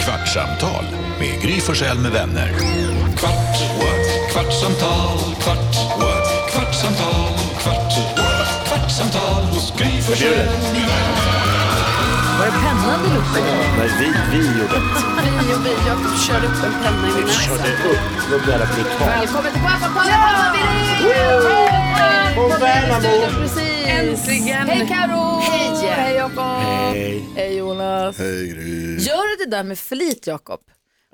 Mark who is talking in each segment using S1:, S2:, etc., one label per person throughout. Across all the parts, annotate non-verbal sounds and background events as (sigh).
S1: Kvartsamtal med Gry Forssell med vänner. Kvart, what? kvartsamtal, kvart, what? kvartsamtal, kvart, what? kvartsamtal hos Gry Forssell med vänner.
S2: Var det pennan du luktade?
S3: Nej, vi, vi gjorde det.
S4: Vi och vi, jag körde upp en penna i min näsa.
S3: Körde upp. Det var jävla brutalt.
S4: Välkommen till Guapapalle!
S3: Från Värnamo.
S2: Precis.
S4: Äntligen!
S2: Hej Karo!
S4: Hej.
S2: Hej Jakob!
S3: Hej.
S2: Hej Jonas!
S5: Hej Gry.
S2: Gör du det där med flit Jakob?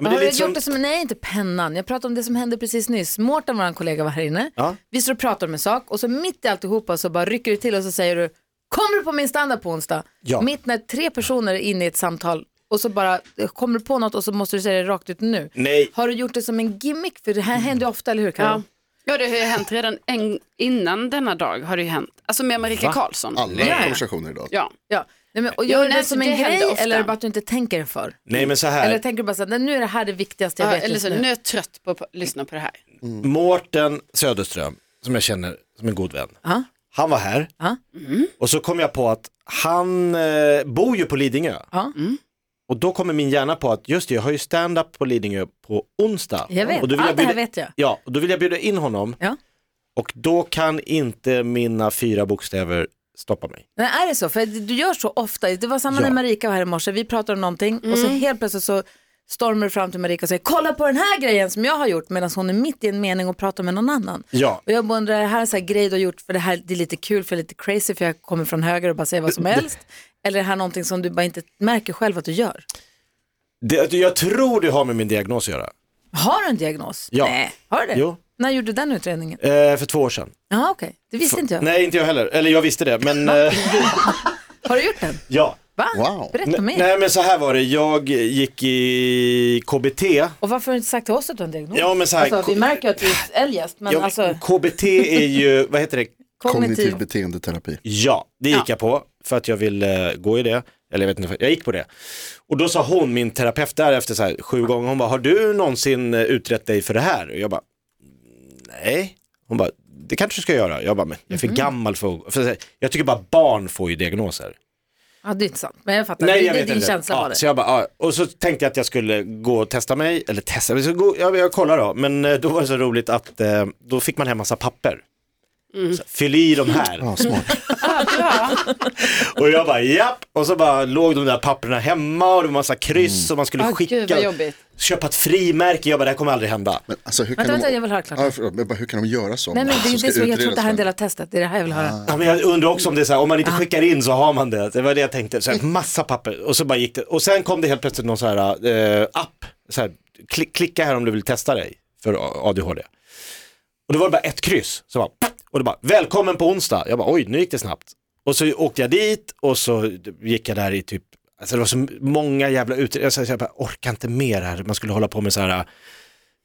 S3: men det är liksom-
S2: har du gjort
S3: lite som-
S2: det som, nej inte pennan, jag pratar om det som hände precis nyss. Mårten, vår kollega, var här inne.
S3: Ja.
S2: Vi står och pratar om en sak och så mitt i alltihopa så bara rycker du till och så säger du, kommer du på min standard på onsdag?
S3: Ja.
S2: Mitt när tre personer är inne i ett samtal och så bara, eh, kommer du på något och så måste du säga det rakt ut nu.
S3: Nej.
S2: Har du gjort det som en gimmick? För det här
S3: Mm.
S2: händer ju ofta, eller hur Karo?
S4: Ja. ja, det har ju hänt redan en, innan denna dag har det ju hänt. Alltså med Marika Karlsson.
S5: Alla
S2: Ja.
S5: konversationer idag.
S4: Ja.
S2: Ja, nej, men, och
S4: Jo,
S2: gör du
S4: nej,
S2: det
S4: så
S2: som
S4: det
S2: en
S4: händer
S2: grej
S4: ofta.
S2: eller bara att du inte tänker det för?
S3: Nej, men så
S2: Eller
S3: här.
S2: tänker du bara så här, nej, nu är det här det viktigaste jag
S4: Ja,
S2: vet
S4: eller
S2: just
S4: så, nu är jag trött på att lyssna på det här.
S3: Mårten Söderström, som jag känner som en god vän.
S2: Ja.
S3: Han var här.
S2: Ja. Mm.
S3: Och så kom jag på att han eh, bor ju på Lidingö.
S2: Ja.
S4: Mm.
S3: Och då kommer min hjärna på att just det, jag har ju stand-up på Lidingö på onsdag.
S2: Jag vet,
S3: och då vill
S2: allt
S3: jag bjuda,
S2: det här vet jag.
S3: Ja, och då vill jag bjuda in honom.
S2: Ja.
S3: Och då kan inte mina fyra bokstäver stoppa mig.
S2: Nej, är det så? För du gör så ofta. Det var samma
S3: Ja. Mm.
S2: när Marika var här i morse, vi pratade om någonting och så helt plötsligt så stormar du fram till Marika och säger kolla på den här grejen som jag har gjort medan hon är mitt i en mening och pratar med någon annan.
S3: Ja.
S2: Och jag bara undrar, är det här en sån här grej du har gjort för det här det är lite kul för jag är lite crazy för jag kommer från höger och bara säger
S3: (laughs)
S2: vad som helst. Eller är det här någonting som du bara inte märker själv att du gör?
S3: Det, jag tror det har med min diagnos att göra.
S2: Har du en diagnos?
S3: Ja.
S2: Nej. Har du det?
S3: Jo.
S2: När gjorde du den utredningen?
S3: Eh, för två år sedan.
S2: Ja, okej. Det visste inte jag.
S3: Nej, inte jag heller. Eller jag visste det, men eh,
S2: Har du gjort den?
S3: ja.
S2: Va?
S5: Wow.
S2: Berätta mer.
S3: Nej, men så här var det. Jag gick i KBT.
S2: Och varför har du inte sagt till oss att du har en diagnos?
S3: Ja, men så här-
S2: alltså, vi märker ju att du är eljest, men
S3: Jag,
S2: alltså
S3: KBT är
S2: (laughs)
S3: ju, vad heter det?
S5: Kognitiv
S2: kognitiv.
S5: beteendeterapi.
S3: Ja, det gick jag på för att jag ville eh, gå i det. Eller jag vet inte, jag gick på det. Och då sa hon, min terapeut därefter så här, sju gånger, hon bara, har du någonsin eh, utrett dig för det här? Och jag bara, nej. Hon bara, det kanske du ska göra. Jag bara, men jag är för
S2: Mm-hmm.
S3: gammal för, för jag tycker bara barn får ju diagnoser.
S2: Ja, det är inte sant. Men jag fattar.
S3: Nej,
S2: det,
S3: jag
S2: det,
S3: vet
S2: din
S3: inte.
S2: känsla
S3: ja,
S2: var det.
S3: Så jag bara, ja. Och så tänkte jag att jag skulle gå och testa mig, eller testa mig, så gå, jag, jag kollar då. Men eh, då var det så roligt att eh, då fick man hem massa papper. Så, fyll i de här.
S5: Ja, smart.
S3: och jag bara, japp. Och så bara låg de där papperna hemma och det var massa kryss och man skulle
S4: Ah,
S3: skicka.
S4: gud, vad jobbigt.
S3: Köpa ett frimärke, jag bara, det här kommer aldrig hända.
S5: Men alltså hur kan
S2: Vänta,
S5: de...
S2: vänta, jag vill höra klart.
S5: Ja, förlåt, men bara, hur kan de göra så?
S2: Nej, men
S5: Alltså,
S2: det, är
S5: ska
S2: det som, jag tror att
S5: utredas
S2: det här är en
S5: för-
S2: del av testet. Det är det här jag vill höra.
S3: Ja, men jag undrar också om det är så här, om man inte skickar in så har man det. Det var det jag tänkte, så här, massa papper. Och så bara gick det. Och sen kom det helt plötsligt någon så här eh, app. Så här, klick, klicka här om du vill testa dig för A- ADHD. Och då var det bara ett kryss. Så bara, och det bara, välkommen på onsdag. Jag bara, oj, nu gick det snabbt. Och så åkte jag dit och så gick jag där i typ, alltså det var så många jävla utredningar. Jag, jag bara, orkar inte mer här. Man skulle hålla på med så här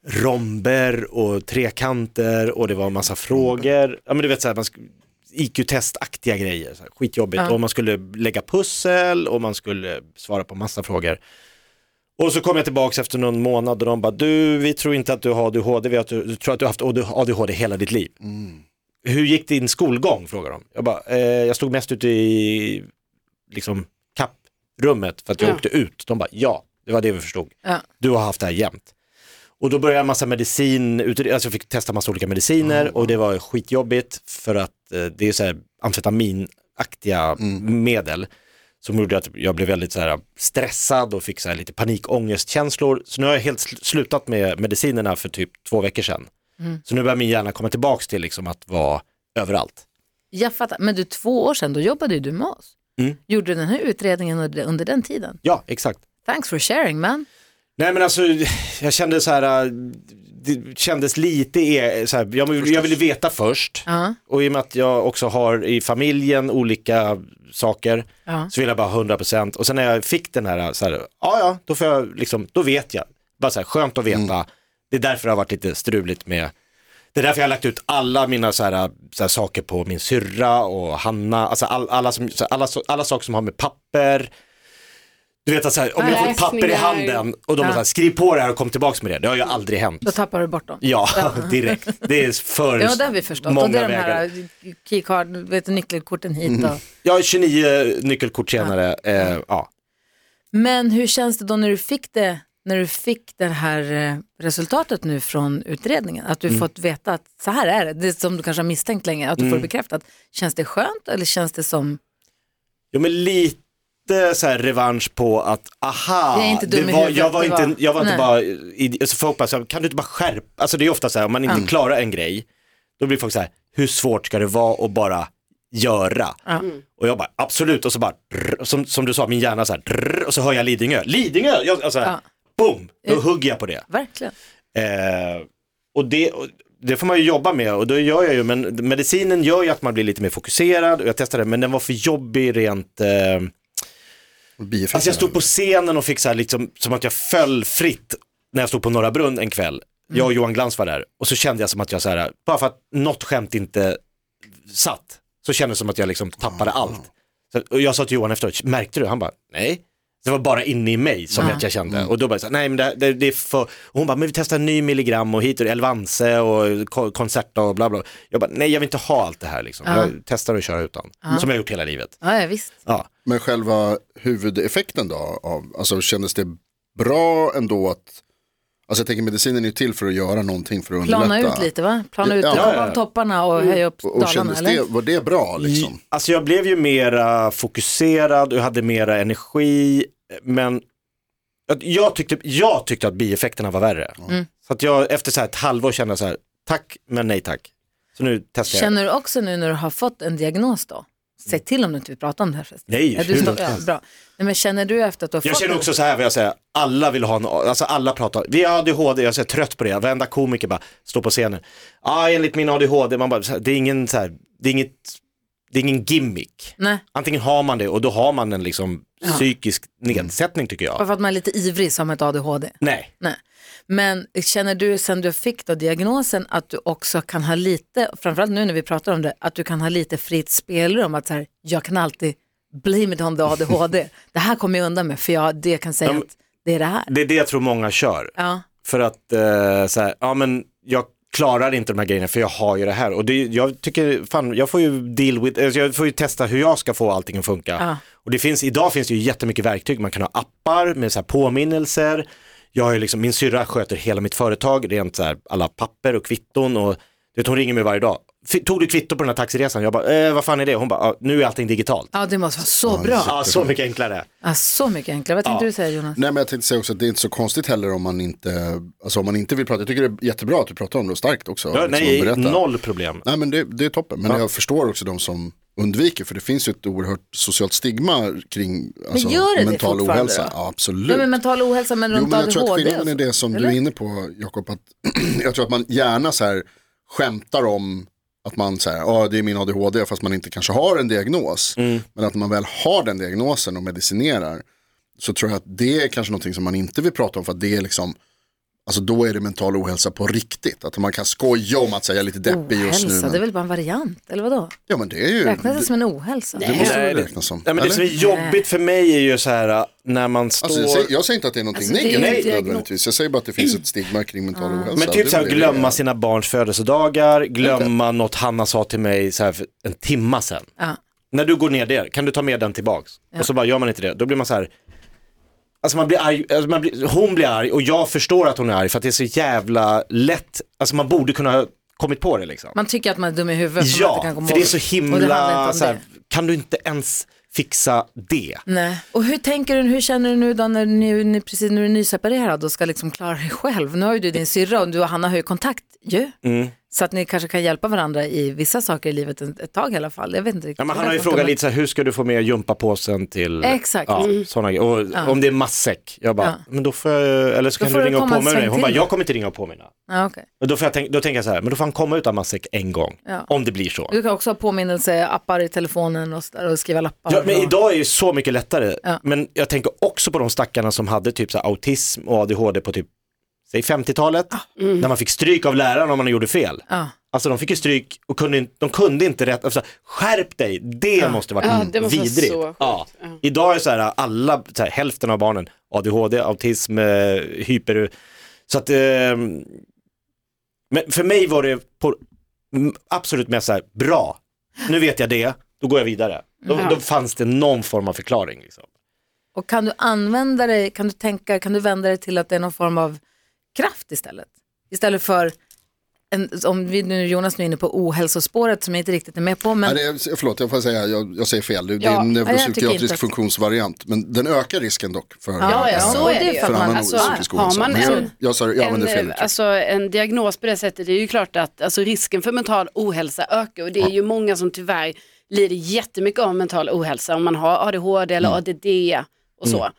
S3: romber och trekanter och det var en massa frågor. Ja men du vet så här, man sk- IQ-testaktiga grejer, så här, skitjobbigt.
S2: Ja.
S3: Och man skulle lägga pussel och man skulle svara på massa frågor. Och så kom jag tillbaka efter någon månad och de bara, du vi tror inte att du har ADHD, vi har- du tror att du har haft ADHD hela ditt liv. Hur gick din skolgång, frågar de. Jag bara, eh, jag stod mest ute i liksom kapprummet för att jag
S4: Ja.
S3: åkte ut. De bara, ja, det var det vi förstod.
S2: Ja.
S3: Du har haft det här jämt. Och då började jag massa medicin, utre- alltså jag fick testa massa olika mediciner och det var skitjobbigt för att eh, det är så här amfetaminaktiga medel som gjorde att jag blev väldigt så här stressad och fick så här lite panikångestkänslor. Så nu har jag helt sl- slutat med medicinerna för typ två veckor sedan. Så nu börjar min hjärna komma tillbaka till liksom att vara överallt.
S2: Jag fattar. Men du, två år sedan, då jobbade ju du med oss.
S3: Mm.
S2: Gjorde du den här utredningen under, under den tiden?
S3: Ja, exakt.
S2: Thanks for sharing man.
S3: Nej men alltså, jag kände så här, äh, det kändes lite, e- så här, jag, vill- jag ville veta först.
S2: Ja.
S3: Och i och med att jag också har i familjen olika saker
S2: Ja.
S3: så vill jag bara 100% och sen när jag fick den här, äh, så här ja ja, då får jag liksom, då vet jag. Bara så här, skönt att veta. Det är därför det har varit lite struligt med, det är därför jag har lagt ut alla mina så här, äh, så här saker på min syrra och Hanna, alltså all, alla, som, så här, alla, så- alla saker som har med papper, du vet att så här, om jag får ett papper i
S4: Läsningar.
S3: handen och de
S2: Ja.
S3: ja. så här, skriv på det här och kom tillbaka med det, det har ju aldrig hänt.
S2: Då tappar du bort dem.
S3: Ja, (laughs) direkt. Det är för
S2: Ja, det har vi förstått.
S3: många
S2: och det är de
S3: vägar. Mm.
S2: här keycard, vet, du, nyckelkorten hit och...
S3: Jag har 29 nyckelkort senare. Eh, ja.
S2: Men hur känns det då när du fick det när du fick det här eh, resultatet nu från utredningen? Att du
S5: Mm.
S2: fått veta att så här är det, det är som du kanske har misstänkt länge, att du
S5: Mm.
S2: får bekräftat. Känns det skönt eller känns det som,
S3: Jo men lite så här revansch på att aha,
S2: Jag är inte dum
S3: det
S2: i
S3: var,
S2: huvudet,
S3: jag var
S2: det
S3: inte,
S2: var-
S3: jag var inte
S2: Nej.
S3: bara, idi- så folk bara så här, kan du inte bara skärpa, alltså det är ofta så här om man inte klarar en grej, då blir folk så här, hur svårt ska det vara att bara göra? Och jag bara absolut, och så bara, drr, som, som du sa, min hjärna så här, drr, och så hör jag Lidingö, Lidingö, jag, alltså,
S2: Ja.
S3: boom, då hugger jag på det.
S2: verkligen?
S3: Eh, och det, och det får man ju jobba med och då gör jag ju, men medicinen gör ju att man blir lite mer fokuserad och jag testade men den var för jobbig rent, eh,
S5: Bieffekterna.
S3: alltså jag stod på scenen och fick så här liksom, som att jag föll fritt när jag stod på Norra Brunn en kväll. Jag och Johan Glans var där och så kände jag som att jag så här, bara för att något skämt inte satt, så kändes det som att jag liksom tappade allt. Så, och jag sa till Johan efteråt, märkte du? Han bara, nej. Det var bara inne i mig som att jag kände. Och då bara, så här, nej men det, det, det är för... Och hon bara, men vi testar ny milligram och hit och Elvanse och ko- Concerta och bla bla. Jag bara, nej jag vill inte ha allt det här liksom. Jag testar att köra utan, som jag har gjort hela livet.
S2: Ja, ja visst.
S3: Ja.
S5: Men själva huvudeffekten då? Av, alltså kändes det bra ändå att, alltså jag tänker medicinen är ju till för att göra någonting för att
S2: Plana
S5: underlätta.
S2: ut lite va? Plana ut,
S5: Ja,
S2: ja,
S5: ja,
S3: ja.
S2: av topparna och höja upp
S5: Och, och
S2: dalarna
S5: kändes
S2: eller?
S5: det, var det bra liksom?
S3: Alltså jag blev ju mera fokuserad och jag hade mera energi, men jag- jag tyckte, jag tyckte att bieffekterna var värre.
S2: Mm.
S3: Så att jag efter så här ett halvår kände jag så här, tack men nej tack. Så nu testar jag.
S2: Känner du också nu när du har fått en diagnos då? Säg till om du inte vill prata om det här förresten.
S3: Nej,
S2: ja, du
S3: hur
S2: står,
S3: långt
S2: ja,
S3: helst.
S2: bra. Nej, men känner du efter att du har
S3: Jag
S2: fått
S3: känner
S2: det?
S3: också så här, vill jag säga, alla vill ha en, alltså alla pratar, vi har ADHD, jag är så här trött på det, varenda komiker bara står på scenen. Ja, ah, enligt min ADHD, man bara, så här, det är ingen så här, det är inget, det är ingen gimmick.
S2: Nej,
S3: Antingen har man det och då har man en liksom psykisk nedsättning tycker jag.
S2: bara för att man är lite ivrig som ett ADHD.
S3: Nej.
S2: Nej. Men känner du sen du fick då diagnosen att du också kan ha lite, framförallt nu när vi pratar om det, att du kan ha lite fritt spelrum? Att så här, jag kan alltid blame it on the ADHD. det här kommer jag undan med för jag det jag kan säga
S3: Ja, men-
S2: att det är det här.
S3: Det är det jag tror många kör.
S2: Ja.
S3: För att, eh, så här, ja men jag klarar inte de här grejerna för jag har ju det här. Och det, jag tycker, fan, jag får ju deal with, alltså jag får ju testa hur jag ska få allting att funka.
S2: Ja.
S3: Och det finns, idag finns det ju jättemycket verktyg, man kan ha appar med så här påminnelser. Jag har ju liksom, min syrra sköter hela mitt företag, rent så här, alla papper och kvitton och du vet, hon ringer mig varje dag. "Fi- Tog du kvitto på den här taxiresan? Jag bara, eh, vad fan är det? Hon bara, ah, nu är allting digitalt.
S2: ja, det måste vara så bra.
S3: Ah, så mycket enklare.
S2: Ja, så mycket enklare. Vad tänkte du säga Jonas?
S5: Nej men jag tänkte säga också att det är inte så konstigt heller om man inte, alltså om man inte vill prata. Jag tycker det är jättebra att du pratar om det och starkt också.
S3: Ja,
S5: liksom, och
S3: nej,
S5: berättar.
S3: noll problem.
S5: Nej men det, det är toppen, men jag förstår också de som undviker för det finns ju ett oerhört socialt stigma kring alltså,
S2: gör det det
S5: mental
S2: fortfarande då?
S5: ohälsa. Ja, absolut.
S2: Nej, men mental ohälsa men
S5: jo,
S2: runt
S5: men jag tror att
S2: ADHD.
S5: skillnaden är
S2: alltså.
S5: det som du är inne på Jakob, att (clears throat) jag tror att man gärna så här skämtar om att man säger, ja det är min ADHD fast man inte kanske har en diagnos. Men att man väl har den diagnosen och medicinerar så tror jag att det är kanske någonting som man inte vill prata om för att det är liksom, alltså då är det mental ohälsa på riktigt. Att man kan skoja om att säga jag är lite deppig just nu.
S2: Ohälsa,
S5: Men,
S2: det är väl bara en variant, eller vadå?
S5: Ja men det är ju,
S2: Räknas det
S5: det,
S2: som en ohälsa?
S5: det måste
S3: Nej,
S5: väl
S3: det-
S5: räknas som.
S3: Nej, men det
S5: eller?
S3: som är jobbigt för mig är ju så här äh, när man står...
S5: Alltså, jag, säger, jag säger inte att det är någonting
S2: Alltså, det är ju Mm.
S5: negativt
S2: en diagnos.
S5: nödvändigtvis. Jag säger bara att det finns ett stigma kring mental ohälsa.
S3: men
S5: Det är
S3: typ så här,
S5: väl det det
S3: glömma
S5: är.
S3: sina barns födelsedagar, glömma något Hanna sa till mig så här för en timma sedan.
S2: Ja.
S3: När du går ner där, kan du ta med den tillbaks? Och så bara gör man inte det, då blir man så här, alltså man blir arg, alltså man blir, hon blir arg och jag förstår att hon är arg för att det är så jävla lätt, alltså man borde kunna ha kommit på det liksom.
S2: Man tycker att man är dum i huvudet för man inte
S3: ja,
S2: kan komma
S3: för det är
S2: ihåg.
S3: så
S2: Och det handlar inte
S3: himla,
S2: om
S3: så här,
S2: det. Mm.
S3: kan du inte ens fixa det?
S2: Nej. Och hur tänker du, hur känner du nu då när ni, ni precis när du är nyseparerad och ska liksom klara dig själv? Nu har ju du din syrra och du och Hanna har ju kontakt ju.
S3: Mm.
S2: Så att ni kanske kan hjälpa varandra i vissa saker i livet ett, ett tag i alla fall. Jag vet inte riktigt.
S3: Ja, men
S2: hur
S3: han
S2: det
S3: har ju
S2: funkar,
S3: frågat
S2: men-
S3: lite så här, hur ska du få med gympapåsen till
S2: Exakt. Mm.
S3: Ja, såna grejer. Och om det är matsäck, jag bara, men då får jag, eller så
S2: Då
S3: kan
S2: får
S3: du
S2: du
S3: ringa och
S2: komma en
S3: påminna mig.
S2: sväng
S3: Hon bara,
S2: till.
S3: jag kommer inte ringa och påminna.
S2: Ja, okej.
S3: Och då, får jag tänk, då tänker jag så här, men då får han komma utan matsäck en gång,
S2: Ja.
S3: om det blir så.
S2: Du kan också ha påminnelseappar i telefonen och, så där, och skriva lappar.
S3: Ja, men
S2: och-
S3: idag är ju så mycket lättare,
S2: Ja.
S3: men jag tänker också på de stackarna som hade typ så här autism och ADHD på typ, säg 50-talet,
S2: Ah, mm.
S3: när man fick stryk av läraren om man gjorde fel.
S2: Ja.
S3: Alltså de fick ju stryk och kunde, in- de kunde inte rätt, alltså, skärp dig, det måste vara
S4: Ja, det måste vara
S3: vidrigt.
S4: så sjukt.
S3: ja.
S4: Ja.
S3: Idag är så här, alla, så här, hälften av barnen ADHD, autism, eh, hyper, så att, eh, men för mig var det på, m- absolut mest så här, bra, nu vet jag det, då går jag vidare. Då, då fanns det någon form av förklaring. Liksom.
S2: Och kan du använda dig, kan du tänka, kan du vända dig till att det är någon form av kraft istället? Istället för, en, om vi nu, Jonas nu är inne på ohälsospåret som jag inte riktigt är med på, men
S5: Nej, det är, förlåt, jag får säga, jag, jag säger fel. Det det är
S4: Ja,
S5: en
S4: jag
S2: tycker inte
S5: neuropsykiatrisk
S2: att-
S5: funktionsvariant. Men den ökar risken dock för,
S2: Ja, ja, så är det ju.
S5: för annan
S4: Alltså,
S5: psykisk
S4: har
S5: ohälsa.
S4: man
S5: Men jag,
S4: en-
S5: jag, sa- jag använder fel
S4: en,
S5: uttryck.
S4: alltså, en diagnos på det sättet, det är ju klart att alltså, risken för mental ohälsa ökar och det är ju många som tyvärr lider jättemycket av mental ohälsa om man har ADHD eller
S5: Mm.
S4: ADD och så.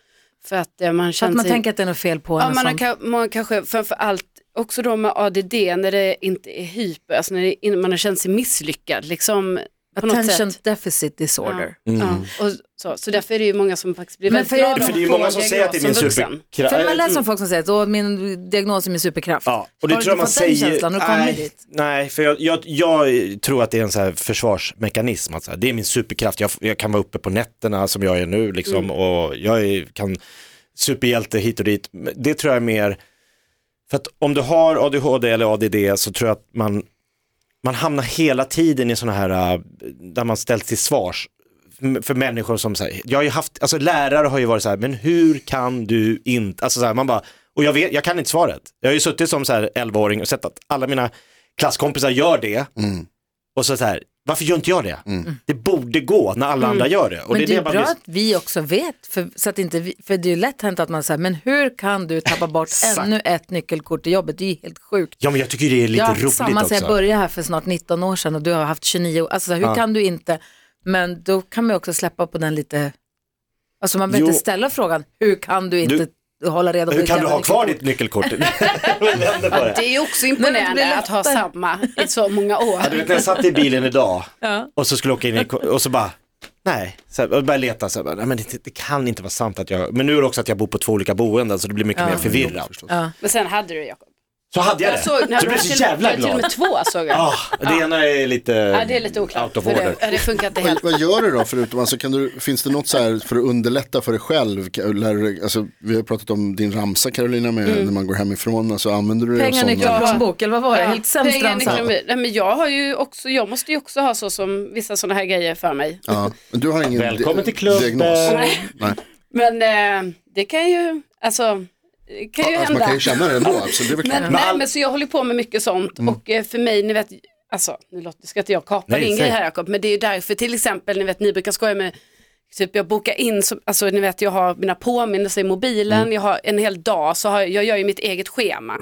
S4: För att eh, man
S2: för att
S4: känner
S2: man
S4: sig...
S2: tänker att det är något fel på
S4: Ja,
S2: en och
S4: man, har,
S2: sånt.
S4: ka- man kanske framför allt också då med ADD när det inte är hyper, alltså när det, innan man har känt sig misslyckad liksom. På något
S2: Attention
S4: sätt.
S2: deficit disorder.
S4: Ja, och så, så därför är det ju många som faktiskt blir
S2: Men
S4: väldigt
S2: för-
S4: glada
S2: för
S3: För det är ju
S4: om de
S3: många
S4: får
S3: som säger att det är min
S4: diagnos som vuxen.
S3: superkraft.
S2: För man läser om folk som säger att "Åh, min diagnos är min superkraft.
S3: Ja, och det
S2: har
S3: tror jag
S2: du
S3: man
S2: inte fått den
S3: säger.
S2: känslan när du kommer
S3: nej,
S2: dit?
S3: nej, för jag, jag, jag tror att det är en så här försvarsmekanism. Alltså. Det är min superkraft. Jag, jag kan vara uppe på nätterna som jag är nu liksom,
S2: Mm.
S3: och jag är, kan superhjälte hit och dit. Men Det tror jag är mer, för att om du har ADHD eller ADD så tror jag att man, man hamnar hela tiden i sådana här, äh, där man ställs till svars m- för människor som säger, jag har ju haft, alltså lärare har ju varit så här, men hur kan du inte, alltså så här, man bara, och jag vet, jag kan inte svaret. Jag har ju suttit som så här 11-åring och sett att alla mina klasskompisar gör det, och så så här, varför gör inte jag det? Mm. Det borde gå när alla andra gör det. Och
S2: Mm. Men det
S3: man
S2: är bra
S3: blir-
S2: att vi också vet, för, så att inte vi, för det är ju lätt hänt att man säger, men hur kan du tappa bort
S3: Exakt.
S2: ännu ett nyckelkort till jobbet? Det är ju helt sjukt.
S3: Ja men jag tycker det är lite
S2: Jag har
S3: roligt
S2: haft samma
S3: också.
S2: sedan jag började här för snart 19 år sedan och du har haft 29 år. Alltså hur kan du inte? Men då kan man ju också släppa på den lite. Alltså man behöver
S3: Jo.
S2: inte ställa frågan, hur kan du inte hålla reda på
S3: Hur
S2: ditt
S3: kan du
S2: jävla
S3: ha kvar
S2: nyckelkort?
S3: ditt
S2: (laughs)
S3: nyckelkort? (laughs) Vänder på det.
S4: Det är ju också imponerande
S2: blir
S4: att ha
S2: lättare.
S4: samma i så många år.
S3: Ja, du vet när jag satt i bilen idag
S2: Ja.
S3: och så skulle jag åka in i, och så bara, nej, så här, jag började leta, så här, bara, nej, men det, det kan inte vara sant att jag, men nu är det också att jag bor på två olika boenden så det blir mycket mer förvirrat.
S4: Men sen hade du det Jakob.
S3: Så hade jag det,
S4: Jag såg,
S3: så jag blev så jävla
S4: Till och
S3: glad.
S4: med två såg jag.
S3: Ah, det ena är lite,
S4: Ja, det är lite oklart.
S3: out of
S4: för
S3: order.
S4: det, ja, det funkar inte helt.
S5: Vad, vad gör du då förutom, alltså, kan du, finns det något så här för att underlätta för dig själv? Ka- Lär, du dig- alltså, vi har pratat om din ramsa Carolina med när man går hemifrån, alltså, använder du dig av
S2: Mm. Pengar, nyckel,
S5: sådana?
S2: plånbok eller vad var det?
S4: Ja,
S2: Helt sämst
S4: pengar,
S2: ramsa.
S4: nyckeln, Nej, men jag, har ju också, jag måste ju också ha så som vissa sådana här grejer för mig.
S5: Ja, men du har ingen
S3: Välkommen
S5: di-
S3: till klubben.
S5: diagnos.
S4: Nej,
S5: Nej.
S4: Men eh, det kan ju, alltså, det kan ju
S5: Alltså, man
S4: hända.
S5: kan ju känna det Mm. ändå, absolut. Det är väl
S4: (laughs)
S5: klart.
S4: Men, nej, men så jag håller på med mycket sånt och eh, för mig, ni vet, alltså nu låter, ska inte jag kapa
S3: Nej,
S4: din
S3: säg.
S4: grej här Jakob, men det är ju därför till exempel, ni vet, ni brukar skoja med, typ jag bokar in, som, alltså ni vet, jag har mina påminnelser i mobilen,
S5: Mm.
S4: jag har en hel dag, så har, jag gör ju mitt eget schema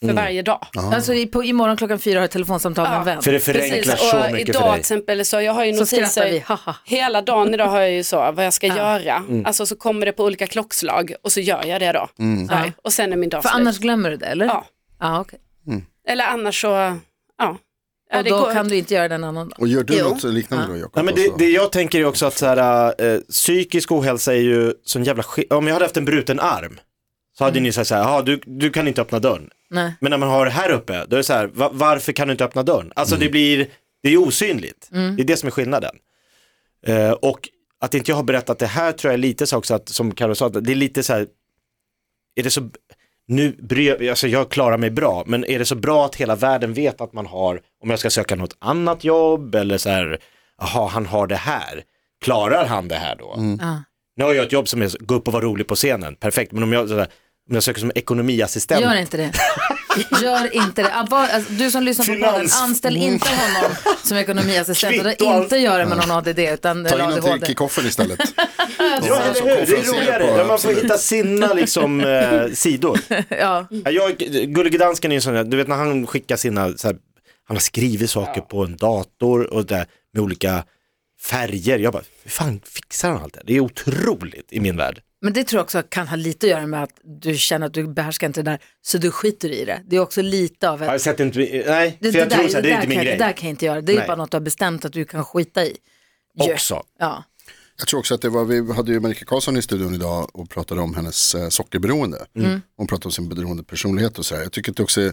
S4: för
S5: Mm.
S4: varje dag.
S2: Alltså i, på, imorgon klockan fyra har jag ett telefonsamtal med en vän.
S3: För det förenklar
S4: Precis,
S3: så
S4: och
S3: mycket för
S4: idag till
S3: dig.
S4: exempel så jag har ju
S2: Så skrattar
S4: notiser
S2: vi, haha.
S4: hela dagen idag har jag ju så vad jag ska göra.
S3: Mm.
S4: Alltså så kommer det på olika klockslag och så gör jag det då.
S3: Mm.
S4: Så här. Och sen är min dag
S2: För
S4: slut.
S2: annars glömmer du det eller?
S4: Ja.
S2: Ja, okej.
S4: Eller annars så, ja. ja
S2: Och
S4: det
S2: då
S4: går-
S2: kan du inte göra den annan dag.
S5: Och gör du
S4: Jo.
S5: något liknande då Jakob?
S3: Nej, men det,
S5: Alltså,
S3: det jag tänker är också att så här, eh, psykisk ohälsa är ju sån jävla sk- Om jag hade haft en bruten arm så hade
S4: Mm.
S3: ni sagt så här, "Jaha, du, du kan inte öppna dörren.
S2: Nej.
S3: Men när man har det här uppe, då är det så här, va, varför kan du inte öppna dörren? Alltså
S2: Mm.
S3: det blir, det är osynligt. Det är det som är skillnaden. Eh, och att inte jag har berättat det här tror jag är lite så också att, som Carro sa, det är lite så här, är det så, nu bryr jag, alltså jag klarar mig bra, men är det så bra att hela världen vet att man har, om jag ska söka något annat jobb eller så här, jaha han har det här, klarar han det här då?
S2: Ja.
S3: Nu har jag ett jobb som är, så- gå upp och vara rolig på scenen, perfekt, men om jag, så här, om jag söker som ekonomiassistent,
S2: Gör
S3: (laughs)
S2: inte det. Gör inte det. Ah, vad- alltså, Du som lyssnar på podden,
S3: Finans-
S2: anställ inte honom som ekonomiassistent. Och
S3: Kvitto allt.
S2: inte göra med någon ADD utan
S5: Ta in
S2: eller
S5: honom till
S2: ADHD.
S4: (laughs)
S5: kickoffen istället.
S3: Ja, eller
S2: alltså,
S3: hur? Det är roligare. Ja, man får
S5: absolut.
S3: hitta sina liksom,
S2: (laughs)
S3: eh, sidor.
S2: Ja.
S3: Ja, Jag, Gullige Dansken är ju sån där, du vet när han skickar sina, så här, han har skrivit saker på en dator och där, med olika färger. Jag bara, hur fan fixar han allt det? här? Det är otroligt i min värld.
S2: Men det tror jag också kan ha lite att göra med att du känner att du behärskar inte det där så du skiter i det. Det är också lite av
S3: Jag har
S2: ett...
S3: sett inte, nej,
S2: Det,
S3: för jag
S2: där,
S3: tror så här, det är
S2: där
S3: inte min
S2: kan,
S3: grej.
S2: Det där kan jag inte göra. Det är
S3: Nej.
S2: bara något du har bestämt att du kan skita i. Ju.
S3: Också.
S2: Ja.
S5: Jag tror också att det var, vi hade ju Marika Karlsson i studion idag och pratade om hennes eh, sockerberoende. Hon pratade om sin beroende personlighet och sådär. Jag tycker att det också är,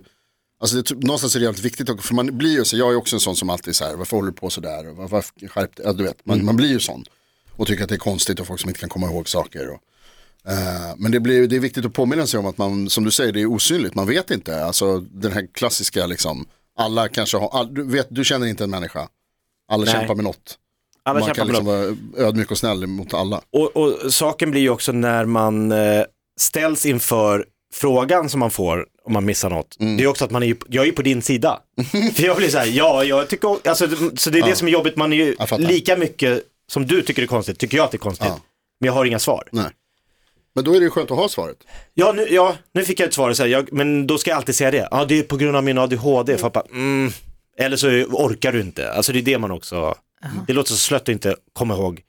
S5: alltså det, är typ- någonstans är det jävligt viktigt, också, för man blir ju så, jag är också en sån som alltid så här, varför håller du på sådär? Och var- Varför skärp dig? Ja, du vet, man, man blir ju sån. Och tycker att det är konstigt och folk som inte kan komma ihåg saker. Och, eh, men det, blir, det är viktigt att påminna sig om att man, som du säger, det är osynligt, man vet inte. Alltså den här klassiska liksom, alla kanske har, all, du, vet, du känner inte en människa, alla
S3: Nej.
S5: kämpar med något.
S3: Alla
S5: man
S3: kämpar
S5: kan
S3: med
S5: liksom vara ödmjuk och snäll mot alla.
S3: Och, och saken blir ju också när man eh, ställs inför frågan som man får om man missar något.
S5: Mm.
S3: Det är också att man är, ju- jag är ju på din sida.
S5: (laughs)
S3: För jag blir så här, ja, jag tycker, om- alltså, det- så det är det som är jobbigt, man är ju
S5: Jag fattar.
S3: lika mycket som du tycker är konstigt, tycker jag att det är konstigt.
S5: Ja. Mm.
S3: Men jag har inga svar.
S5: Nej. Men då är det ju skönt att ha svaret.
S3: Ja nu, ja, nu fick jag ett svar, så här, jag, men då ska jag alltid säga det. Ja, det är på grund av min ADHD. För att bara, mm. Eller så orkar du inte. Alltså det är det man också, det låter så slött att inte komma ihåg.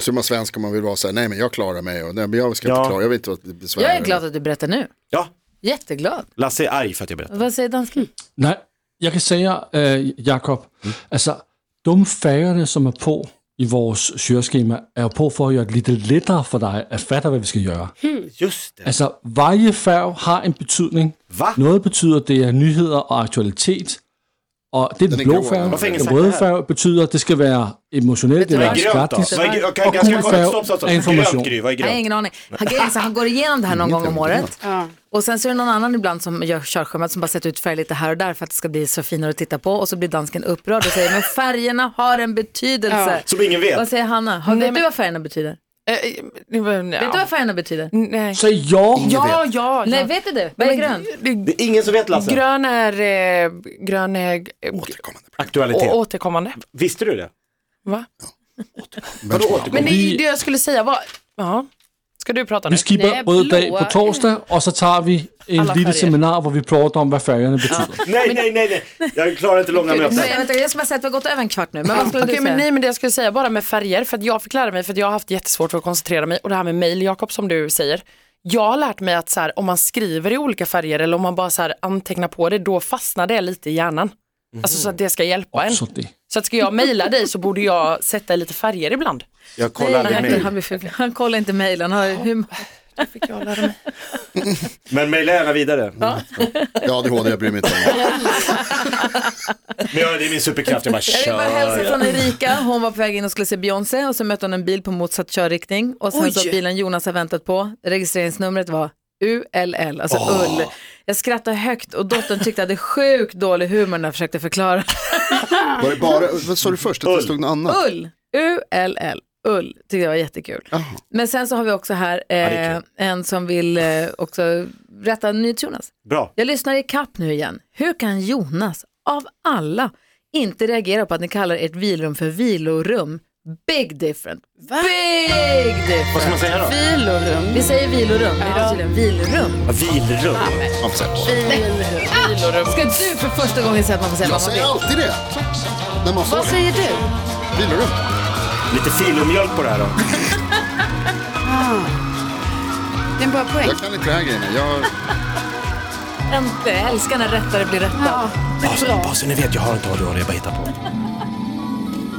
S5: Så är man svensk om man vill vara så här, nej men jag klarar mig och nej men jag ska
S3: Ja.
S5: inte klara, jag vill inte vara besvärlig.
S2: Jag är glad att du berättar nu.
S3: Ja,
S2: Jätteglad.
S3: Lasse är arg för att jag berättar.
S2: Vad säger dansken?
S6: Nej, jeg kan sige jer, øh, Jakob, altså dumme fagerne, som er på i vores søreskema, er jo på for at gøre det lidt lettere for dig at fatte, hvad vi skal gøre.
S3: Just det.
S6: Altså, varje færg har en betydning.
S3: Va?
S6: Noget betyder, det er nyheder og aktualitet. Og det er den,
S5: er
S6: blå
S5: grå.
S6: færg.
S3: Hvorfor ingen
S6: Den
S3: sagt
S6: røde
S3: det her?
S6: færg betyder, at det skal være emotionelt, det
S2: det
S6: skal
S2: var
S6: være
S2: grønt
S3: Grönt då?
S6: gratis.
S2: Det
S3: Vad är grö-
S2: var-
S3: Okej,
S6: och
S3: jag ska kolla.
S6: kommentar
S3: Stopp, stopp, stopp.
S6: är information.
S3: Grönt Gry, vad är
S2: Jag har
S3: grönt?
S2: ingen aning. Han, grejen är så, han går igenom det här någon gång om året.
S4: Ja.
S2: Och sen så är det någon annan ibland som gör körschemat som bara sätter ut färg lite här och där för att det ska bli så finare att titta på. Och så blir dansken upprörd och säger men färgerna har en betydelse.
S3: Som ingen
S2: Vad
S3: vet.
S2: säger Hanna? Har, vet du vad färgerna betyder?
S7: Eh, det var-
S2: Vet du
S7: ja.
S2: vad färgerna betyder?
S7: Nej.
S6: Så ja,
S7: Ja, ja. Alltså.
S2: Nej,
S7: ja.
S2: vet du det? Vad är
S7: Men-
S2: grönt?
S7: Det-
S3: Det är ingen som vet Lasse.
S7: Grön är, eh, grön är eh,
S5: Återkommande.
S3: Aktualitet.
S7: å- återkommande.
S3: Visste du det?
S7: Va?
S5: Men,
S7: Men det,
S6: Vi-
S7: det jag skulle säga var, ja. Ska du prata nu?
S6: vi skipper
S4: Nej,
S6: rød dag
S4: blå
S6: på
S4: er-
S6: torsdag, og så tager vi en
S7: Alla
S6: lille
S7: färger.
S6: seminar, hvor vi prater om, hvad färgerna betyder.
S3: Nej, nej, nej, nej. Jag klarar inte långa möten.
S2: Nej, vänta, jag ska bara säga att vi har gått över en kvart nu. Men vad skulle
S7: Okej,
S2: du säga?
S7: men nej, men det jag skulle säga bara med färger, för att jag fick lära mig, för att jag har haft jättesvårt för att koncentrera mig, och det här med mail, Jakob, som du säger. Jag har lärt mig att så här, om man skriver i olika färger eller om man bara så här, antecknar på det, då fastnar det lite i hjärnan. Alltså så att det ska hjälpa en.
S6: Så det.
S7: Så att ska jag mejla dig så borde jag sätta i lite färger ibland.
S3: Jag kollar aldrig
S2: Nej,
S3: mejl.
S2: han, blir för- han kollar inte mejlen. Han har- hur-
S7: Fick jag lära mig.
S3: Men mejla gärna vidare.
S5: ja, ADHD, jag bryr mig inte om det.
S3: Men jag, det är min superkraft, jag bara
S2: Jag vill bara hälsa
S3: kör.
S2: från Erika. Hon var på väg in och skulle se Beyoncé och så mötte hon en bil på motsatt körriktning och sen
S7: Oj.
S2: så bilen Jonas har väntat på. Registreringsnumret var ULL, alltså ull. Jag skrattade högt och dottern tyckte att det är sjukt dålig humor när jag försökte förklara.
S5: Var det bara, vad sa du först? Att det
S3: Ull.
S5: stod något annat?
S2: Ull, ULL, ull, tyckte jag var jättekul.
S5: Jaha.
S2: Men sen så har vi också här
S3: det är
S2: eh, en som vill eh, också rätta NyhetsJonas.
S3: Bra.
S2: Jag lyssnar i kapp nu igen. Hur kan Jonas, av alla, inte reagera på att ni kallar ert vilrum för vilorum? Big different. Big
S3: Vad ska
S2: different.
S3: man säga då?
S4: Vilorum.
S2: Vi säger vilorum, men det är tydligen vilrum.
S3: Vilrum.
S5: Ja, precis.
S2: Ska du för första gången säga att man får säga
S5: Jag
S2: vad man
S5: säger
S2: vill?
S5: alltid det. När man får
S2: Vad säger du?
S5: Vilorum.
S3: Lite filmjölk på det här då.
S4: Det är en bra poäng.
S5: Jag kan inte det här grejerna. Jag,
S2: Inte, jag älskar när rättare blir rättare.
S3: Bara så, bara så ni vet, jag har inte ADHD, jag bara hittar på.